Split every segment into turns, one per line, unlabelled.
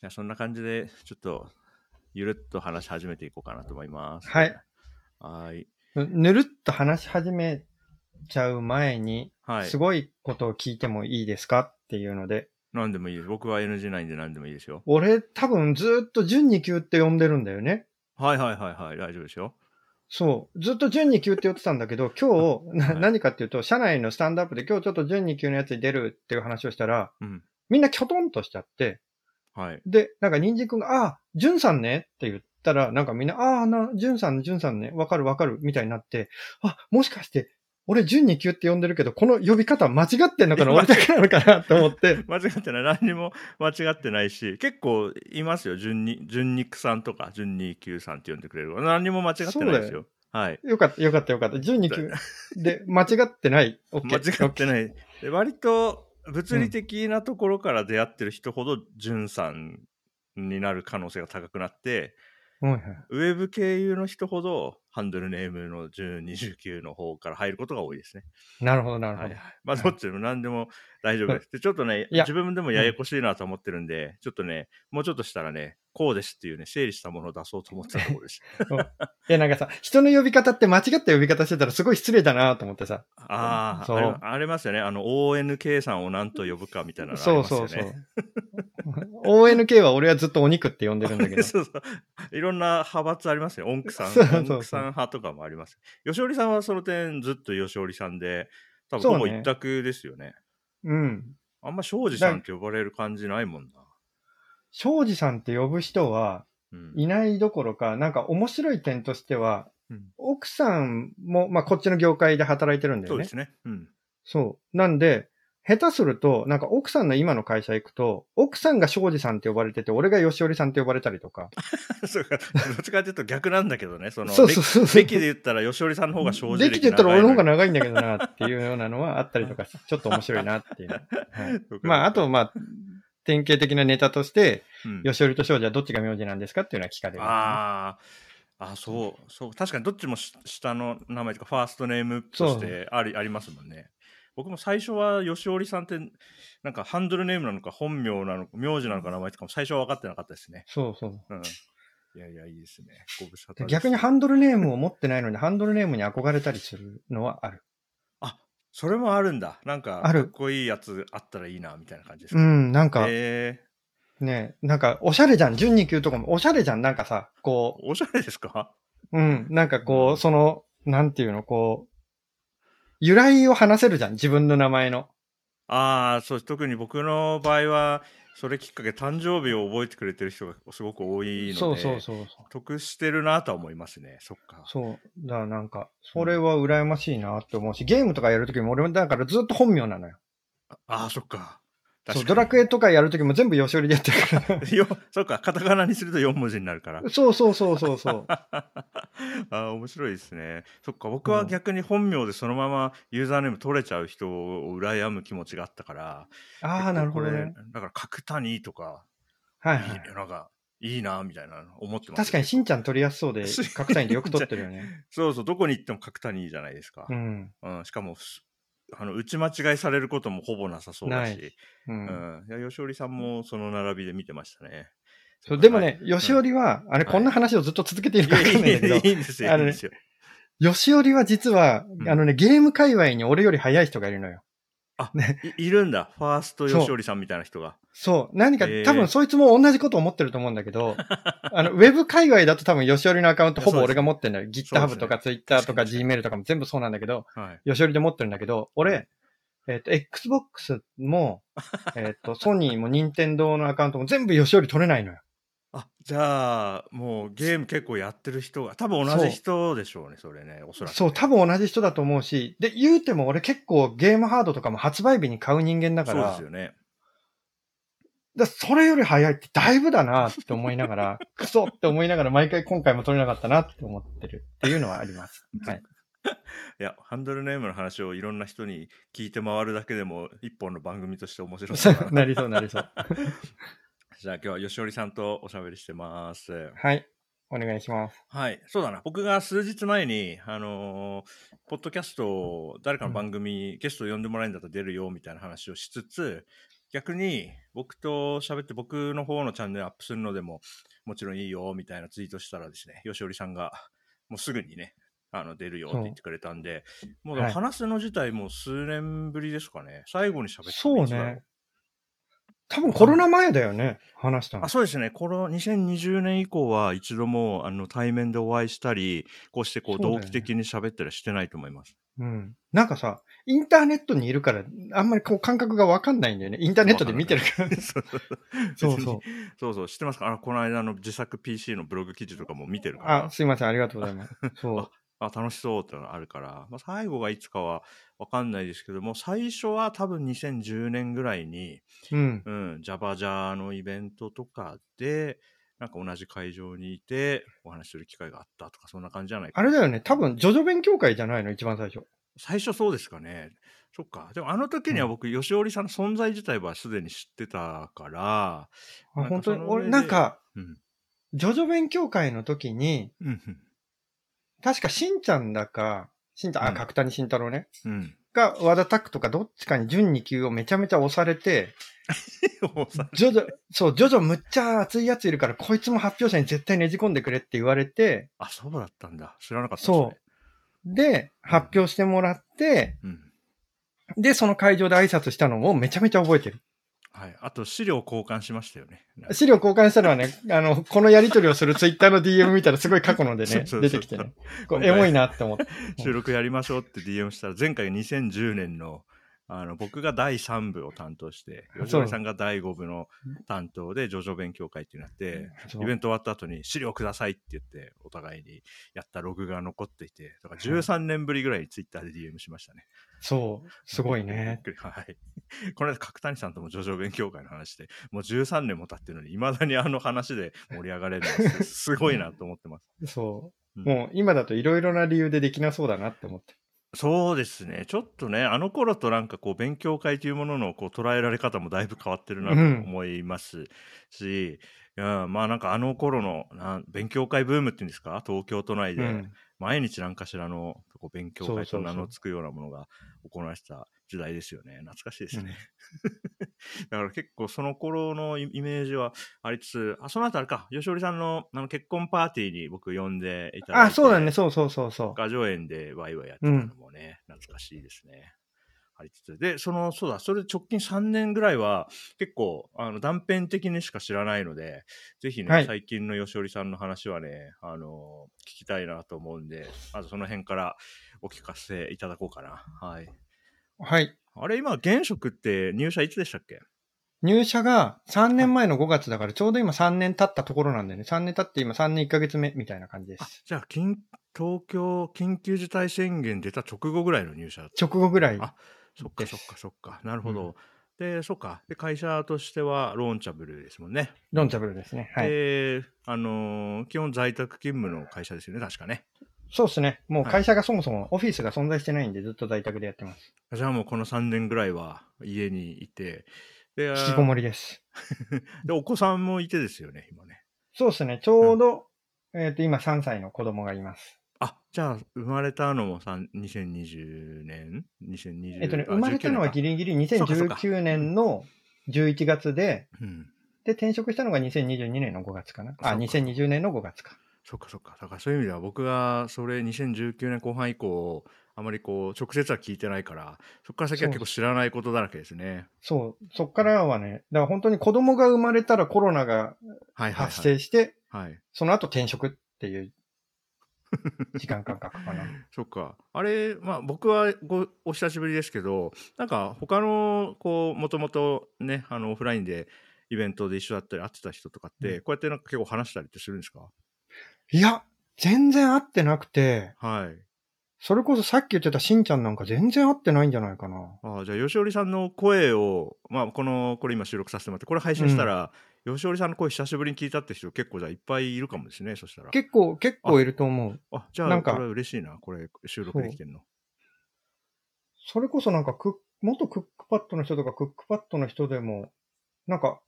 じゃあそんな感じで、ちょっと、ゆるっと話し始めていこうかなと思います。
はい。
はい。
ぬるっと話し始めちゃう前に、
はい
す。ごいことを聞いてもいいですかっていうので、
何でもいいです。僕は NG ないんで何でもいいですよ。
俺多分ずーっと準2級って呼んでるんだよね。
はいはいはいはい。大丈夫ですよ。
そう。ずっと準2級って言ってたんだけど、今 日、な
はい
何かっていうと、社内のスタンドアップで今日ちょっと準2級のやつに出るっていう話をしたら、
うん。
みんなキョトンとしちゃって、
はい。
で、なんかニンジ君が、ああ、淳さんねって言ったら、なんかみんな、ああ、な、淳さん、淳さんね、わかるわかる、みたいになって、あ、もしかして、俺、淳2級って呼んでるけど、この呼び方間違ってんのかな俺だけなのかなと思って、
間違ってない。何にも間違ってないし、結構いますよ。順に、順肉さんとか、順二級さんって呼んでくれる。何にも間違ってないですよ。はい。
よかった、よかった、よかった。12級で、間違ってない。オッケ
間
ー
違って
い。
ない。で割と、物理的なところから出会ってる人ほど、順さんになる可能性が高くなって、
はいはい
ウェブ経由の人ほど、ハンドルネームの1029の方から入ることが多い ですね。
なるほど、なる
は
ほ
い
ど
はい。。まあ、どっちでも何でも大丈夫です。で、ちょっとね、
いや
自分でもややこしいなと思ってるんで、ちょっとね、もうちょっとしたらね、こうですっていうね、整理したものを出そうと思ってたところです。
いや、なんかさ、人の呼び方って間違った呼び方してたらすごい失礼だなと思ってさ。
ああ、
そう
あれありますよね。あの、ONK さんを何と呼ぶかみたいなのあり
そう
ますよ
そ
ね。
うそう。ONK は俺はずっとお肉って呼んでる んだけ ど。
そうそういろんな派閥ありますよ。音区さん、
そうそうそう
音区さん派とかもあります。吉織さんはその点ずっと吉織さんで、多
そ
分
うね
ほぼ一択ですよね。
うん。
あんま庄司さんって呼ばれる感じないもんな。
庄司さんって呼ぶ人は
うん、
いないどころか、なんか面白い点としては、
うん
奥さんも、まあ、こっちの業界で働いてるんだ
そ
よ
うで
ね。
すね。うん。
そう。なんで、下手すると、なんか奥さんの今の会社行くと、奥さんが庄司さんって呼ばれてて、俺が吉織さんって呼ばれたりとか。
そうか。どっちかっていうと逆なんだけどね。その、
そうそうそうそう。
歴で言ったら吉織さんの方が庄司
できて言ったら俺の方が
な。
長いんだけどなっていうようなのはあったりと か、ちょっと面白いなっていう。はい
そうか
まあ、あと、、まあ、典型的なネタとして、
うん
吉織と庄司はどっちが名字なんですかっていうのは聞かれる、
ああ、あそう、そう、確かにどっちもし下の名前とか、ファーストネームとしてありありますもんね。僕も最初は吉織さんって、なんかハンドルネームなのか、本名なのか、名字なのか、名前とかも最初は分かってなかったですね。
そうそう。
うん。いやいや、いいですね。ご無沙汰
で
です
逆にハンドルネームを持ってないのに、ハンドルネームに憧れたりするのはある。
それもあるんだ。なんか、
あ
か
る
っこいいやつあったらいいな、みたいな感じです
う
か。
ん、なんか
え
ね、なんかおしゃれじゃん。順二級とかもおしゃれじゃん。なんかさ、こ
おしゃれですか
う、うん、なんかこう、その、なんていうの、こう、由来を話せるじゃん。自分の名前の。
ああ、そう、特に僕の場合は、それきっかけ、誕生日を覚えてくれてる人がすごく多いので、
そうそうそうそう。
得してるなとは思いますね。そっか。
そう。だからなんか、それは羨ましいなって思うし、ゲームとかやるときも俺もだからずっと本名なのよ。
ああ、そっか。
そう、ドラクエ
エ。
とかやるときも全部吉織でやってるか ら。
よそっか、カタカナにすると4文字になるから。
そうそうそうそうそう。
あー面白いですね。そっか、僕は
うん
逆に本名でそのままユーザーネーム取れちゃう人を羨む気持ちがあったから。
ああ、なるほどね
結。構これ。だから、角谷とか、
はい
い
はいい。
ねなんか、いいな、みたいなの思ってます。
確かにしんちゃん取りやすそうで
しん、
角谷でよく取ってるよね。
そうそう、どこに行っても角谷じゃないですか
う。ん。
うん、しかも、すあの打ち間違いされることもほぼなさそうだ
な
し。
う。
うんん。いや、吉織さんもその並びで見てましたね。
そうでもね、吉織は、あれ、
はい
こんな話をずっと続けている
いや
か
い
わかんないんだけ
や
ど
い、 いんですよ、
あ
いい
の
ん
ね
ですよ。
吉織は実は
う、ん
あのね、ゲーム界隈に俺より早い人がいるのよ。
いいるんだ、ファースト吉織さんみたいな人が。
そう。何か、
へー
多分そいつも同じこと思ってると思うんだけど、 あの、ウェブ界隈だと多分吉織のアカウントほぼ俺が持ってるんだよ。
そうです
GitHub
ね
とか Twitter とか
確かに
Gmail とかも全部そうなんだけど、
はい。
吉織で持ってるんだけど、俺、えっ、と、Xbox も、えっ、と、ソニーも任天堂のアカウントも全部吉織取れないのよ。
あじゃあ、もうゲーム結構やってる人が、多分同じ人でしょうね、それね、おそらくね、
そう、多分同じ人だと思うし、で、言うても俺結構ゲームハードとかも発売日に買う人間だから、
そうですよね。
だそれより早いってだいぶだなって思いな がら、クソって思いながら毎回今回も取れなかったなって思ってるっていうのはあり ます。はい。
いや、ハンドルネームの話をいろんな人に聞いて回るだけでも、一本の番組として面白そうだな。
なりそうなりそう。
じゃあ、今日は吉織さんとおしゃべりしてます。
はい。お願いします。
はい、そうだな。僕が数日前に、あのーポッドキャストを誰かの番組、ゲストを呼んでもらえるんだったら出るよ、みたいな話をしつつ、逆に僕と喋って僕の方のチャンネルアップするのでももちろんいいよみたいなツイートしたらですね、よしおりさんがもうすぐにね、あの出るよって言ってくれたんで、もうだから話すの自体もう数年ぶりですかね。最後に喋ったのいつだろ
そうね。多分コロナ前だよね、話したの
あ。そうですね、この2020年以降は一度もあの対面でお会いしたり、こうしてこう
そうだよ
同
ね
期的に喋ったりはしてないと思います。
うん。なんかさ、インターネットにいるから、あんまりこう感覚がわかんないんだよね。インターネットで見てるから。
そうそう
そ うそう。
そうそう、知ってますかあのこの間の自作 PC のブログ記事とかも見てるから
あ、、すいません、ありがとうございます。そう。
あ楽しそうってのがあるから、まあ、最後がいつかは分かんないですけども、最初は多分2010年ぐらいに、
うん。
うん、ジャバジャのイベントとかで、なんか同じ会場にいて、お話しする機会があったとか、そんな感じじゃないか
あ
な
れだよね、多分、ジョジョ勉強会じゃないの、一番最初。
最初そうですかね。そっか。でもあの時には僕、吉織さんの存在自体はすでに知ってたから、
あ
なんか
本当
そ
に、
の上
俺、
で
なんか、
うん。
ジョジョ勉強会の時に、
うん。
確かしんちゃんだか、しんちゃん、
う
あ、
ん
角谷慎太郎ね。
うん。
が、和田拓とかどっちかに順に級をめちゃめちゃ押されて、
もうさ
ジョジョ、そう、ジョジョむっちゃ熱いやついるから、こいつも発表者に絶対ねじ込んでくれって言われて、
あ、そうだったんだ。知らなかった。。
そうで、発表してもらって、
うん。
で、その会場で挨拶したのをめちゃめちゃ覚えてる。
はい。あと、資料交換しましたよね。
資料交換したのはね、あの、このやりとりをするツイッターの DM 見たらすごい過去ので
そう
ね
そうそ、う
出てきてね。こうエモいなって思って。
収録やりましょうって DM したら、前回2010年の、あの、僕が第3部を担当して、
そう
吉織さんが第5部の担当で、ジョジョ勉強会ってなって、
そう
イベント終わった後に資料くださいって言って、お互いにやったログが残っていて、だから13年ぶりぐらいにツイッターで DM しましたね。
そう、すごいね。
びっくり。はい。この間、角谷さんともジョジョ勉強会の話で、もう13年も経ってるのに、いまだにあの話で盛り上がれるの はすすごいなと思ってます。
そう。
うん
もう今だといろいろな理由でできなそうだなって思って。
そうですね。ちょっとね、あの頃となんかこう、勉強会というもののこう捉えられ方もだいぶ変わってるなと
うん
思いますし、うん、まあなんかあの頃のなん勉強会ブームっていうんですか東京都内
う
で。
ん。
毎日何かしらのこう勉強会
そ
と
うそうそう
名の付くようなものが行われてた時代ですよね。懐かしいですね。だから結構その頃のイイメージはありつつ、あその後あれか、吉織さんのあの結婚パーティーに僕呼んでいただいて、
あ、そうだね。そうそうそうそう。
画上園でワイワイやってたのもね、懐かしいですね。ありつつで、その、そうだ、それで直近3年ぐらいは、結構、あの、断片的にしか知らないので、ぜひね、
はい
最近の吉織さんの話はね、あの、聞きたいなと思うんで、まずその辺からお聞かせいただこうかな。はい。
はい。
あれ、今、現職って入社いつでしたっけ
入社が3年前の5月だから、ちょうど今3年経ったところなんでね。3年経って今3年1ヶ月目みたいな感じで
あ
す。、
じゃあ、緊東京緊急事態宣言出た直後ぐらいの入社だった
直後ぐらい。
あそっか
で
そ
す
っかそっか。なるほど。で、そっか。で、会社としてはローンチャブルですもんね。
ロンチャブルですね。はい。
で、あのー基本在宅勤務の会社ですよね、確かね。
そうですね。もう会社がそもそもオフィスが存在してないんで、ずっと在宅でやってます。
じゃあもうこの3年ぐらいは家にいて、で、
引きこもりです。
でお子さんもいてですよね、今ね。
そうですね。ちょうど、えっ、と、今3歳の子供がいます。
あ、じゃあ生まれたのもさん2020年 ?2020
えっ、とね、生まれたのはギ
リ。
リギリ
そうかそうか
2019年の11月で、
うん。
で、転職したのが2022年の5月かな。あ、
そうか
2020年の5月か。
そっかそっか。だからそういう意味では僕がそれ2019年後半以降、あまりこう直接は聞いてないから、そっから先は結構知らないことだらけですね。
そう。そっからはね、だから本当に子供が生まれたらコロナ
はい
が
はい、
発
はい。
生して、
はい。
その後転職っていう時間感覚かな。
そっか。あれ、まあ僕はごお久しぶりですけど、なんか他の、こう、もともとね、あの、オフラインでイベントで一緒だったり会ってた人とかって、
う
こうやってなんか結構話したりってするんですか
いや、全然会ってなくて、
はい。
それこそさっき言ってたしんちゃんなんか全然会ってないんじゃないかな。
ああ、じゃあ、吉織さんの声を、まあ、この、これ今収録させてもらって、これ配信したら、吉織さんの声久しぶりに聞いたって人結構じゃあいっぱいいるかもですね、そしたら。
結構、結構いると思う。
あ、じゃあ、
なんか
これ嬉しいな、これ収録できてんの。
それこそなんかクッ、元クックパッドの人とかクックパッドの人でも、なんか、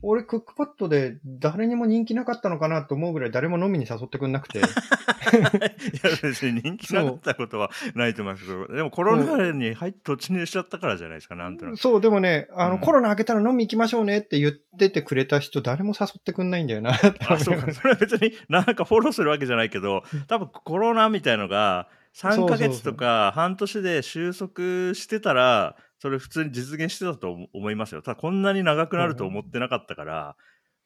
俺、クックパッドで誰にも人気なかったのかなと思うぐらい誰も飲みに誘ってくん なく
い
て。
や、別に人気なかったことはないと思いますけど、でもコロナ禍に入って突入しちゃったからじゃないですか、なんとなく。
そう、でもね、あの、
うん
コロナ明けたら飲み行きましょうねって言っててくれた人誰も誘ってくんないんだよな。
あ、そうか。それは別になんかフォローするわけじゃないけど、多分コロナみたいのが3ヶ月とか半年で収束してたら、それ普通に実現してたと思いますよ。ただこんなに長くなると思ってなかったから、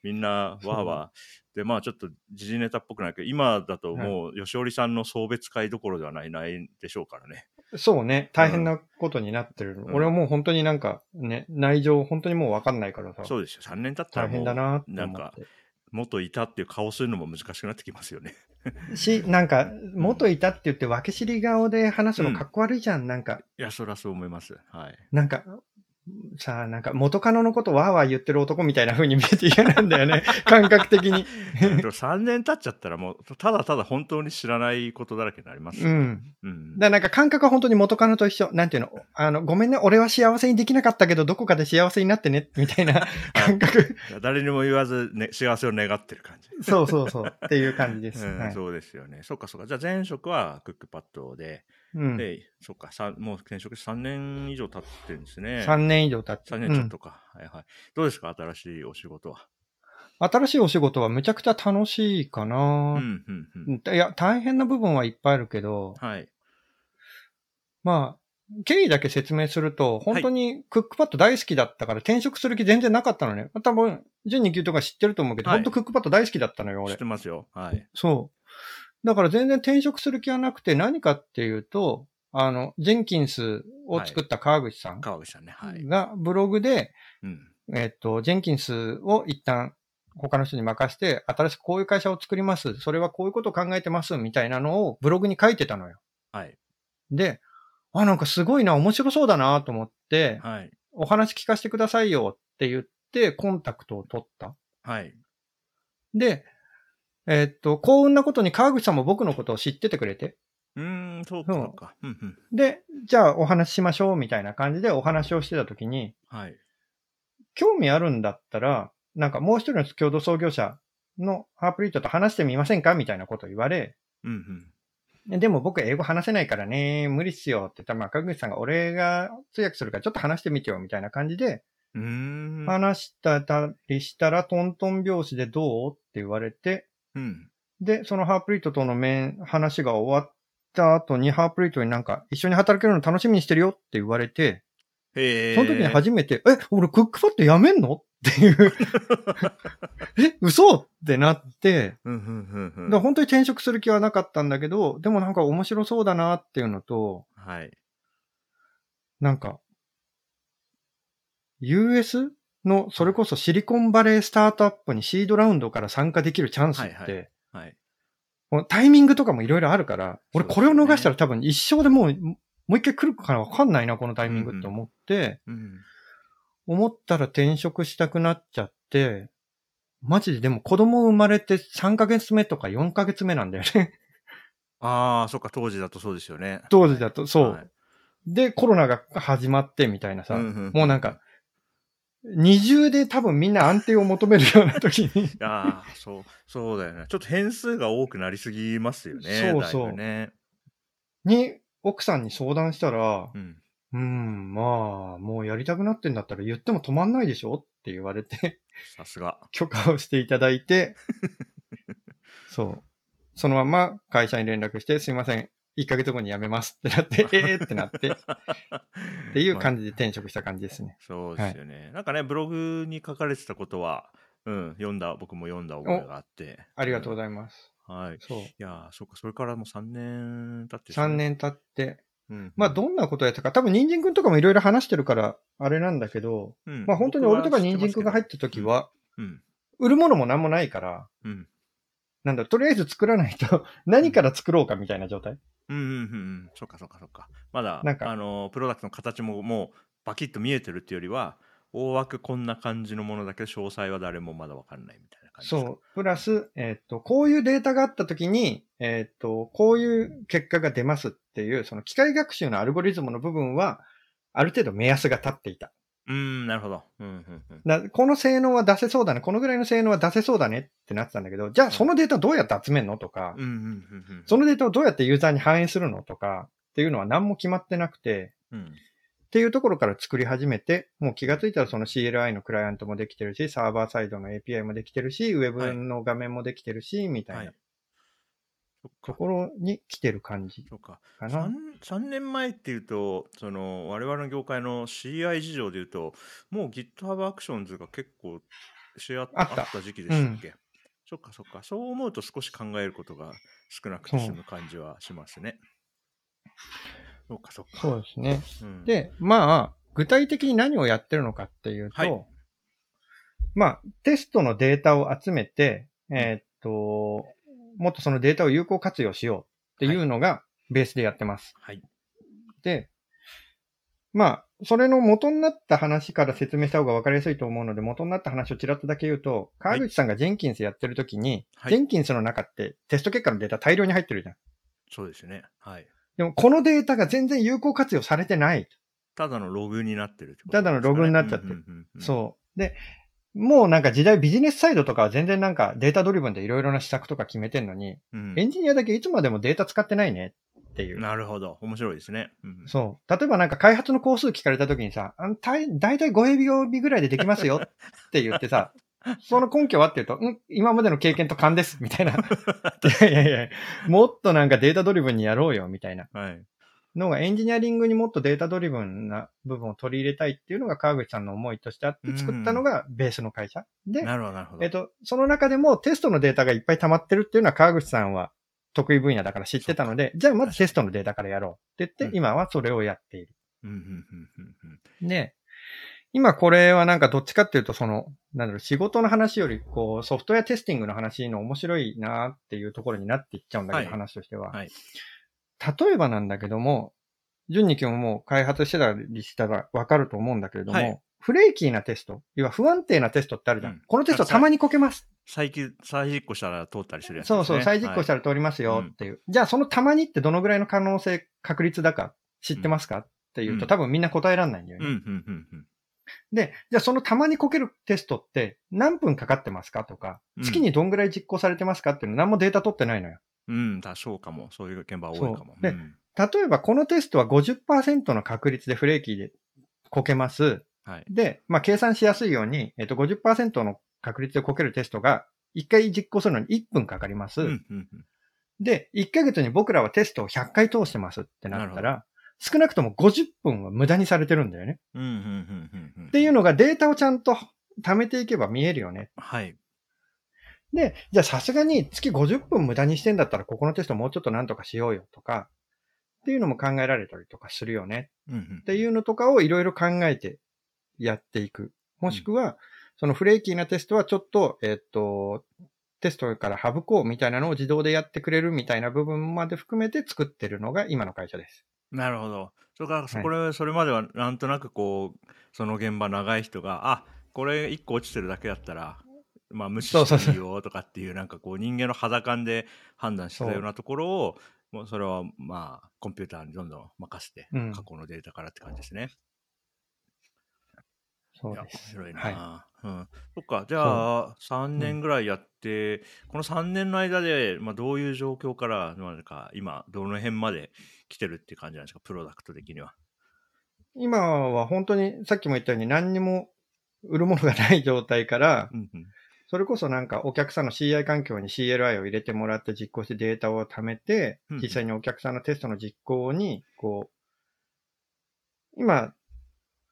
みんなわーわー。で、まあちょっと時事ネタっぽくないけど、今だともう吉織さんの送別会どころではない、ないでしょうからね。
そうね、大変なことになってる。
ん
俺はもう本当になんかね、内情本当にもうわかんないからさ。
そうですよ。3年経ったら
大
も
変だ
う
なって思っ
なん
て。
か元いたっていう顔するのも難しくなってきますよね。
し、なんか、元いたって言って、分け知り顔で話すのかっこ悪いじゃん。なんか、
いや、そりゃそう思います。はい。
なんか、さあ、なんか、元カノのことわーわー言ってる男みたいな風に見えて嫌なんだよ ね。感覚的に。
うん でも3年経っちゃったらもうただただ本当に知らないことだらけになります
う
よ、
ん。
うん
だからなんか感覚は本当に元カノと一緒。なんていうのあの、ごめんね、俺は幸せにできなかったけど、どこかで幸せになってね、みた いな感覚。
誰にも言わず、ね、幸せを願ってる感じ、
そうそうそう。っていう感じです。
うん
はい。
そうですよねそうかそうかじゃあ前職はクックパッドで、
うん。
でそうかさんもう転職して3年以上経ってるんですね
3年以上経って。
三年ちょっとか、はいはいどうですか新しいお仕事は
うん新しいお仕事はむちゃくちゃ楽しいか
うん
な、
うんうん
いや、大変な部分はいっぱいあるけど、
はい
まあ、経緯だけ説明すると、本当にクックパッド大好きだったから転職する気全然なかったのね。多分、順に級とか知ってると思うけど、
はい
本当クックパッド大好きだったの
知
よ、
っ
俺
て。ますよはい
そう。だから全然転職する気はなくて、何かっていうと、あの、ジェンキンスを作った川口さん
川口さんねはい、
がブログで、
うん、
えっと、ジェンキンスを一旦他の人に任せて、新しくこういう会社を作ります。それはこういうことを考えてます、みたいなのをブログに書いてたのよ。
はい
で、あ、なんかすごいな、面白そうだなと思って、
はい
お話聞かせてくださいよって言って、コンタクトを取った。
はい
で、えーっと、幸運なことに川口さんも僕のことを知っててくれて、
うーんそうかそうかうんうん
で、じゃあお話ししましょうみたいな感じでお話をしてた時に、
はい
興味あるんだったら、なんかもう一人の共同創業者のハープリートと話してみませんかみたいなことを言われ、
うんうん
でも僕英語話せないからね、無理っすよって言ったら、まあ、川口さんが俺が通訳するからちょっと話してみてよみたいな感じで、
うーん
話したりしたらトントン拍子でどうって言われて、
うん
で、そのハープリートとの面、話が終わった後にハープリートになんか一緒に働けるの楽しみにしてるよって言われて、
へえ。
その時に初めて、え、俺クックパッドやめんのって いう。え、嘘ってなって、
うんうんうんう
で
ん。
本当に転職する気はなかったんだけど、でもなんか面白そうだなっていうのと、
はい。
なんか、US の、それこそシリコンバレースタートアップにシードラウンドから参加できるチャンスって、
はいははい。
このタイミングとかもいろいろあるから、
そう
俺
です
こ
よ
れを
ね
逃したら多分一生でもう、もう一回来るからわかんないな、このタイミングって思って、
うん。
思ったら転職したくなっちゃって、マジででも子供生まれて3ヶ月目とか4ヶ月目なんだよね。
ああ、そっか、当時だとそうですよね。
当時だと、そう。
はい
で、コロナが始まってみたいなさ、
うんうん
もうなんか、二重で多分みんな安定を求めるような時 に、
ああ、そう、そうだよね。ちょっと変数が多くなりすぎますよね。
そうそう
だいぶね。
に、奥さんに相談したら、
うん。
うん、まあ、もうやりたくなってんだったら言っても止まんないでしょって言われて、
さすが。
許可をしていただ いて、そう。そのまま会社に連絡して、すいません、1ヶ月後に辞めますってな って、ええーってなって、っていう感
じ。
じで転職した感じですね。
そうですよね。なんかね、ブログに書かれてたことは、うん、読んだ、僕も読んだ覚えがあって。
ありがとうご
い
ざいます。
ます。はい。い
そう。
やー、そっか、それからもう3年経って、
3。年経って、
うん。
まあ、どんなことやったか、多分人参くんとかもいろいろ話してるから、あれなんだけど、
うん、
まあ本当に俺とか人参くんが入
っ
った時は、
うん。
売るものも何もないから、
うん。
なんだ、とりあえず作らないと、何から作ろうかみたいな状態。
うんうんうんうん、そっかそっかそっか。まだ
なんか
あのプロダクトの形ももうバキッと見えてるっていうよりは、大枠こんな感じのものだけど、詳細は誰もまだわかんないみたいな感じですか。
そう。プラス、えっ、と、こういうデータがあった時に、えっ、と、こういう結果が出ますっていう、その機械学習のアルゴリズムの部分は、ある程度目安が立っていた。
うーん、なるほど。うん、うん、うん。
だこの性能は出せそうだね、このぐらいの性能は出せそうだねってなってたんだけど、じゃあそのデータどうやって集めるのとか、
うん、うん、うんうん。
そのデータをどうやってユーザーに反映するのとかっていうのは何も決まってなくて、
うん。
っていうところから作り始めて、もう気がついたらその CLI のクライアントもできてるし、サーバーサイドの API もできてるし、ウェブの画面もできてるし、みたい
は。
ない
そっ
と
か
ころに来てる感じ
そうか
かな。
3, 3年前っていうとその我々の業界の CI 事情でいうともう GitHub アクションズが結構しあっ
あ
あ
っ
ったた時期でしたっけ、そっかそっかそう思うと少し考えることが少なくて済む感じはしますねそうかそっか、
そうですね。
うん、
で、まあ、具体的に何をやってるのかっていうと、
はい
まあ、テストのデータを集めて、えーっと、もっとそのデータを有効活用しようっていうのがベースでやってます。
はい
で、まあ、それの元になった話から説明した方が分かりやすいと思うので、元になった話をちらっとだけ言うと、
は
川
い
口さんがジェンキンスやってる時に、
はい
ジェンキンスの中ってテスト結果のデータ大量に入ってるじゃん。
そうですねはい
でも、このデータが全然有効活用されてない。
ただのログになってるってこと
ただのログになっちゃって
うんうんうんうん
そう。で、もうなんか時代ビジネスサイドとかは全然なんかデータドリブンでいろいろな施策とか決めてんのに、
うん
エンジニアだけいつまでもデータ使ってないねっていう。
なるほど面白いですね、うん
そう。例えばなんか開発の工数聞かれた時にさ、あんたい大体5秒日ぐらいでできますよって言っ てさ、その根拠はっていうと、ん今までの経験と勘です、みたいな。い やいやいや、もっとなんかデータドリブンにやろうよ、みたいな。
はい
のがエンジニアリングにもっとデータドリブンな部分を取り入れたいっていうのが川口さんの思いとしてあって作ったのがベースの会社。で、
なるほどなるほど
えっと、その中でもテストのデータがいっぱい溜まってるっていうのは川口さんは得意分野だから知ってたので、じゃあまずテストのデータからやろうって言っ
うん
て、今はそれをやっている。
うんうんうんうんうん
で、今これはなんかどっちかっていうとその、なんだろう、仕事の話より、こう、ソフトウェアテスティングの話の面白いなーっていうところになっていっちゃうんだけど、
はい
話としては。
はい
例えばなんだけども、順に君ももう開発してたりしたらわかると思うんだけれども、
はい
フレーキーなテスト、要は不安定なテストってあるじゃん。
うん
このテストたまにこけます。
再起再実行したら通ったりするやつです、
そ
ね。
うそう、再実行した
ら、
ら通りますよっていう。じゃあそのたまにってどのぐらいの可能性、確率だか知ってますか、っていう
うん
と多分みんな答えられないんだよ
う
ね。
んうんうんうん
で、じゃあそのたまにこけるテストって何分かかってますかとか、
うん
月にどんぐらい実行されてますかっていうの何もデータ取ってないのよ。
うん、だそうかも。そういう現場は多いかも
そ。うで
うん
例えばこのテストは50%の確率でフレーキーでこけます。
はい。
で、まあ、計算しやすいように、えっと、50%の確率でこけるテストが、1回実行するのに1分かかります。
うんうんうん
で、1ヶ月に僕らはテストを100回通してますってなった
な
ら、少なくとも50分は無駄にされてるんだよね。
うんうんうんうんうん
っていうのがデータをちゃんと貯めていけば見えるよね。
はい。
で、じゃあさすがに月50分無駄にしてんだったら、ここのテストもうちょっとなんとかしようよとか、っていうのも考えられたりとかするよね。
うんうん
っていうのとかをいろいろ考えてやっていく。もしくは、そのフレーキーなテストはちょっと、えっと、テストから省こうみたいなのを自動でやってくれるみたいな部分まで含めて作ってるのが今の会社です。
なるほど。それから、そこれ、それまではなんとなくこう、その現場長い人が、あこれ一個落ちてるだけだったら、まあ無視していいよとかっていう、なんかこう人間の肌感で判断してたようなところを、もうそれはまあコンピューターにどんどん任せて、
うん
過去のデータからって感じですね。
そう
いや
で
面
す。
白いな、
は
うん。そっか、じゃあ、3年ぐらいやって、この3年の間で、まあ、どういう状況から、まあなんか今、どの辺まで来てるって感じなんですか、プロダクト的には。
今は本当にさっきも言ったように何にも売るものがない状態から、
うんうん
それこそなんかお客さんの CI 環境に CLI を入れてもらって実行してデータを貯めて
うん、
実際にお客さんのテストの実行に、こう、今、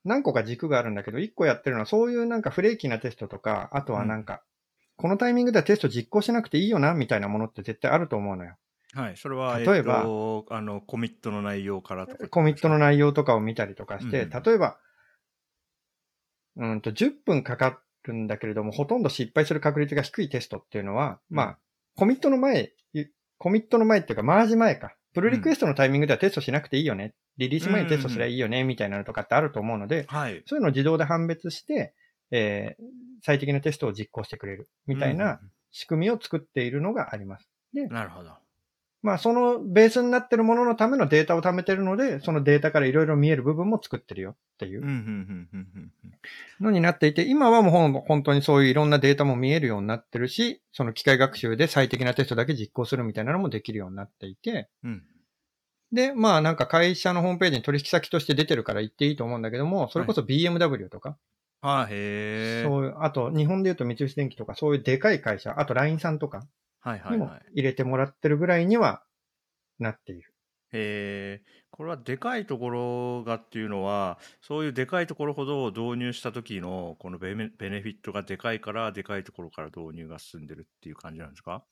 何個か軸があるんだけど、1個やってるのはそういうなんかフレーキーなテストとか、あとはなんか、このタイミングではテスト実行しなくていいよな、みたいなものって絶対あると思うのよ。
はい、それは、
例えば
っとあの、コミットの内容からとか。
コミットの内容とかを見たりとかして、
うん
例えば、うんと、10分かかるんだけれども、ほとんど失敗する確率が低いテストっていうのは、ま
うん
あ、コミットの前、ゆコミットの前っていうか、マージ前か。プルリクエストのタイミングではテストしなくていいよね。リリース前にテストすればいいよね、みたいなのとかってあると思うので、
はい。
そういうのを自動で判別して、えー最適なテストを実行してくれる、みた
う
い
んうん
な仕組みを作っているのがあります。
うん。なるほど。
まあ、そのベースになってるもののためのデータを貯めてるので、そのデータからいろいろ見える部分も作ってるよっていううん
うんうんうんうんうん
のになっていて、今はもうほん本当にそういういろんなデータも見えるようになってるし、その機械学習で最適なテストだけ実行するみたいなのもできるようになっていて、
うん
で、まあなんか会社のホームページに取引先として出てるから言っていいと思うんだけども、それこそ BMW とか、
はあ、へえ。
そういう、あと日本で言うと三菱電機とかそういうでかい会社、あと LINE さんとか
はいは
に
い
も
はい。
入れてもらってるぐらいにはなっている。
えー、これはでかいところがっていうのはそういうでかいところほど導入した時のこのベネベネフィットがでかいからでかいところから導入が進んでるっていう感じなんですか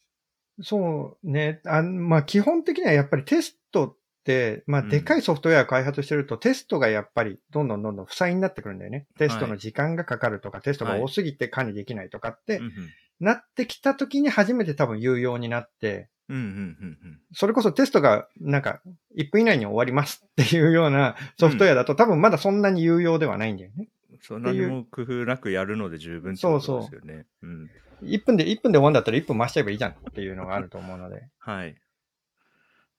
そうね。あまあ、基本的にはやっぱりテストって、まあ、
うん
でかいソフトウェアを開発してると、テストがやっぱりどんどんどんどん負債になってくるんだよね。テストの時間がかかるとか、テストが多すぎて管理できないとかって、
うんうん
なってきた時に初めて多分有用になって、
うんうんうん
それこそテストがなんか1分以内に終わりますっていうようなソフトウェアだと、多分まだそんなに有用ではないんだよね。
うんそう何も工夫なくやるので十分ってことですよね。うん
1分で、1分で終わんだったら1分回しちゃえばいいじゃんっていうのがあると思うので。
はい。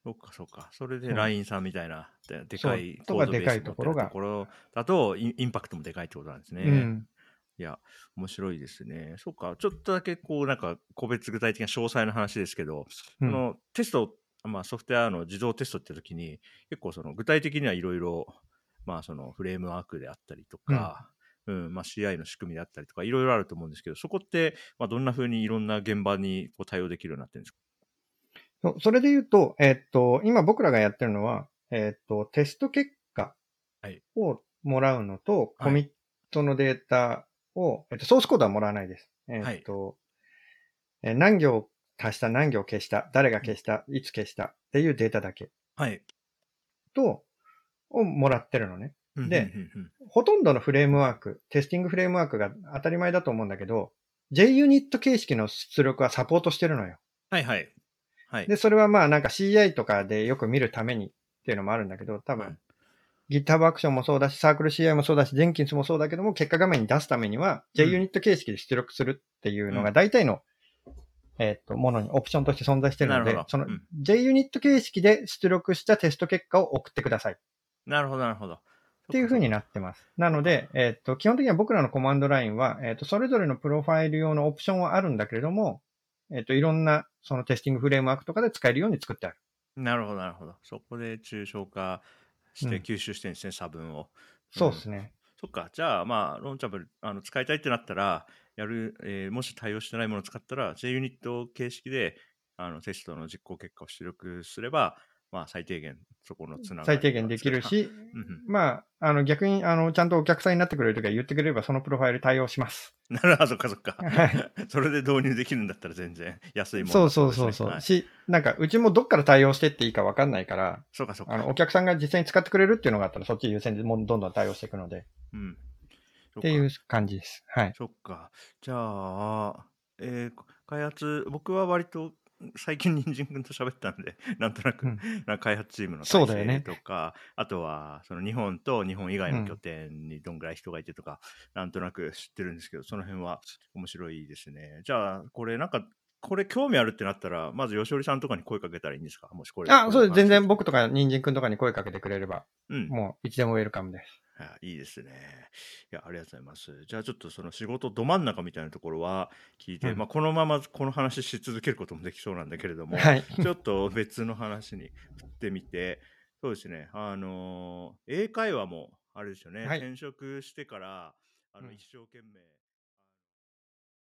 そっかそっか。それ
う
で
ん
LINE さんみたいな、ででかい
そう
コードベ
とかでか
ース
い
の
ところが
ところだとインインパクトもでかいってことなんですね。
うん。
いや、面白いですね。そっか、ちょっとだけこう、なんか、個別具体的な詳細の話ですけど、
うん
そのテスト、まあ、ソフトウェアの自動テストって時に、結構その具体的にはいろいろ、まあ、そのフレームワークであったりとか、うんまあ、CI の仕組みであったりとか、いろいろあると思うんですけど、そこって、まあ、どんな風にいろんな現場にこう対応できるようになってるんですか
そうそれで言うと、えーっと、今僕らがやってるのは、えーっと、テスト結果
はい
をもらうのと、
はい
コミットのデータを、えーっと、ソースコードはもらわないです。えーっと、えー何行足した、何行消した、誰が消した、いつ消したっていうデータだけ
はい。
と、をもらってるのね。で
うんうん
ほとんどのフレームワーク、テスティングフレームワークが当たり前だと思うんだけど、JUnit 形式の出力はサポートしてるのよ。
はいはい。はい。
で、それはまあなんか CI とかでよく見るためにっていうのもあるんだけど、多
はい
分 GitHub アクションもそうだし、サークル CI もそうだし、Jenkins もそうだけども、結果画面に出すためには
うん
JUnit 形式で出力するっていうの
う
が大体の、えっと、ものにオプションとして存在してるの
な
で
るほど、
その
うん
JUnit 形式で出力したテスト結果を送ってくださいっ
なるほど、なるほど。って
いうふうになってます。なので、えっと、基本的には僕らのコマンドラインは、えっと、それぞれのプロファイル用のオプションはあるんだけれども、えっと、いろんなそのテスティングフレームワークとかで使えるように作ってある。
なるほど、なるほど。そこで抽象化して
うん
吸収してるんですね、差分を。
そうですね。
そっか、じゃあ、まあ、ローンチャブルあの使いたいってなったら、やる、えーもし対応してないものを使ったら、JUnit 形式であのテストの実行結果を出力すれば、まあ、最低限、そこのつながり
最低限できる。し、
うんうん
まあ、あの、逆に、あの、ちゃんとお客さんになってくれるときは言ってくれれば、そのプロファイル対応します。
な るほど、そっかそっか。
は
それで導入できるんだったら全然安いもの
そうそうそうそう。
はい
し、なんか、うちもどっから対応してっていいかわかんないから、
そうかそうか。
あの、お客さんが実際に使ってくれるっていうのがあったら、そっち優先でもうどんどん対応していくので、
うん。そか
っていう感じです。はい。
そっか。じゃあ、えー開発、僕は割と最近、人参君と喋ったんで、 なんとなく、
うん
なんか開発チームの
そう
体
だよね
制とか、あとはその日本と日本以外の拠点にどんぐらい人がいてとか、なんとなく知ってるんですけど、その辺は面白いですね。じゃあ、これなんか、これ興味あるってなったら、まず吉織さんとかに声かけたらいいんですかもしこれ。
あ、そうです。全然
僕。
僕とか、人参くんとかに声かけてくれれば、
うん。
もう、いつでもウェルカムです。
あいいですね。いや、ありがとうございます。じゃあ、ちょっとその仕事ど真ん中みたいなところは聞いて、
うん
まあ、このままこの話し続けることもできそうなんだけれども、
はい。
ちょっと別の話に振ってみて、そうですね、あのー英会話もあれですよね、
はい
転職してから、あ
う
の
ん
一生懸命。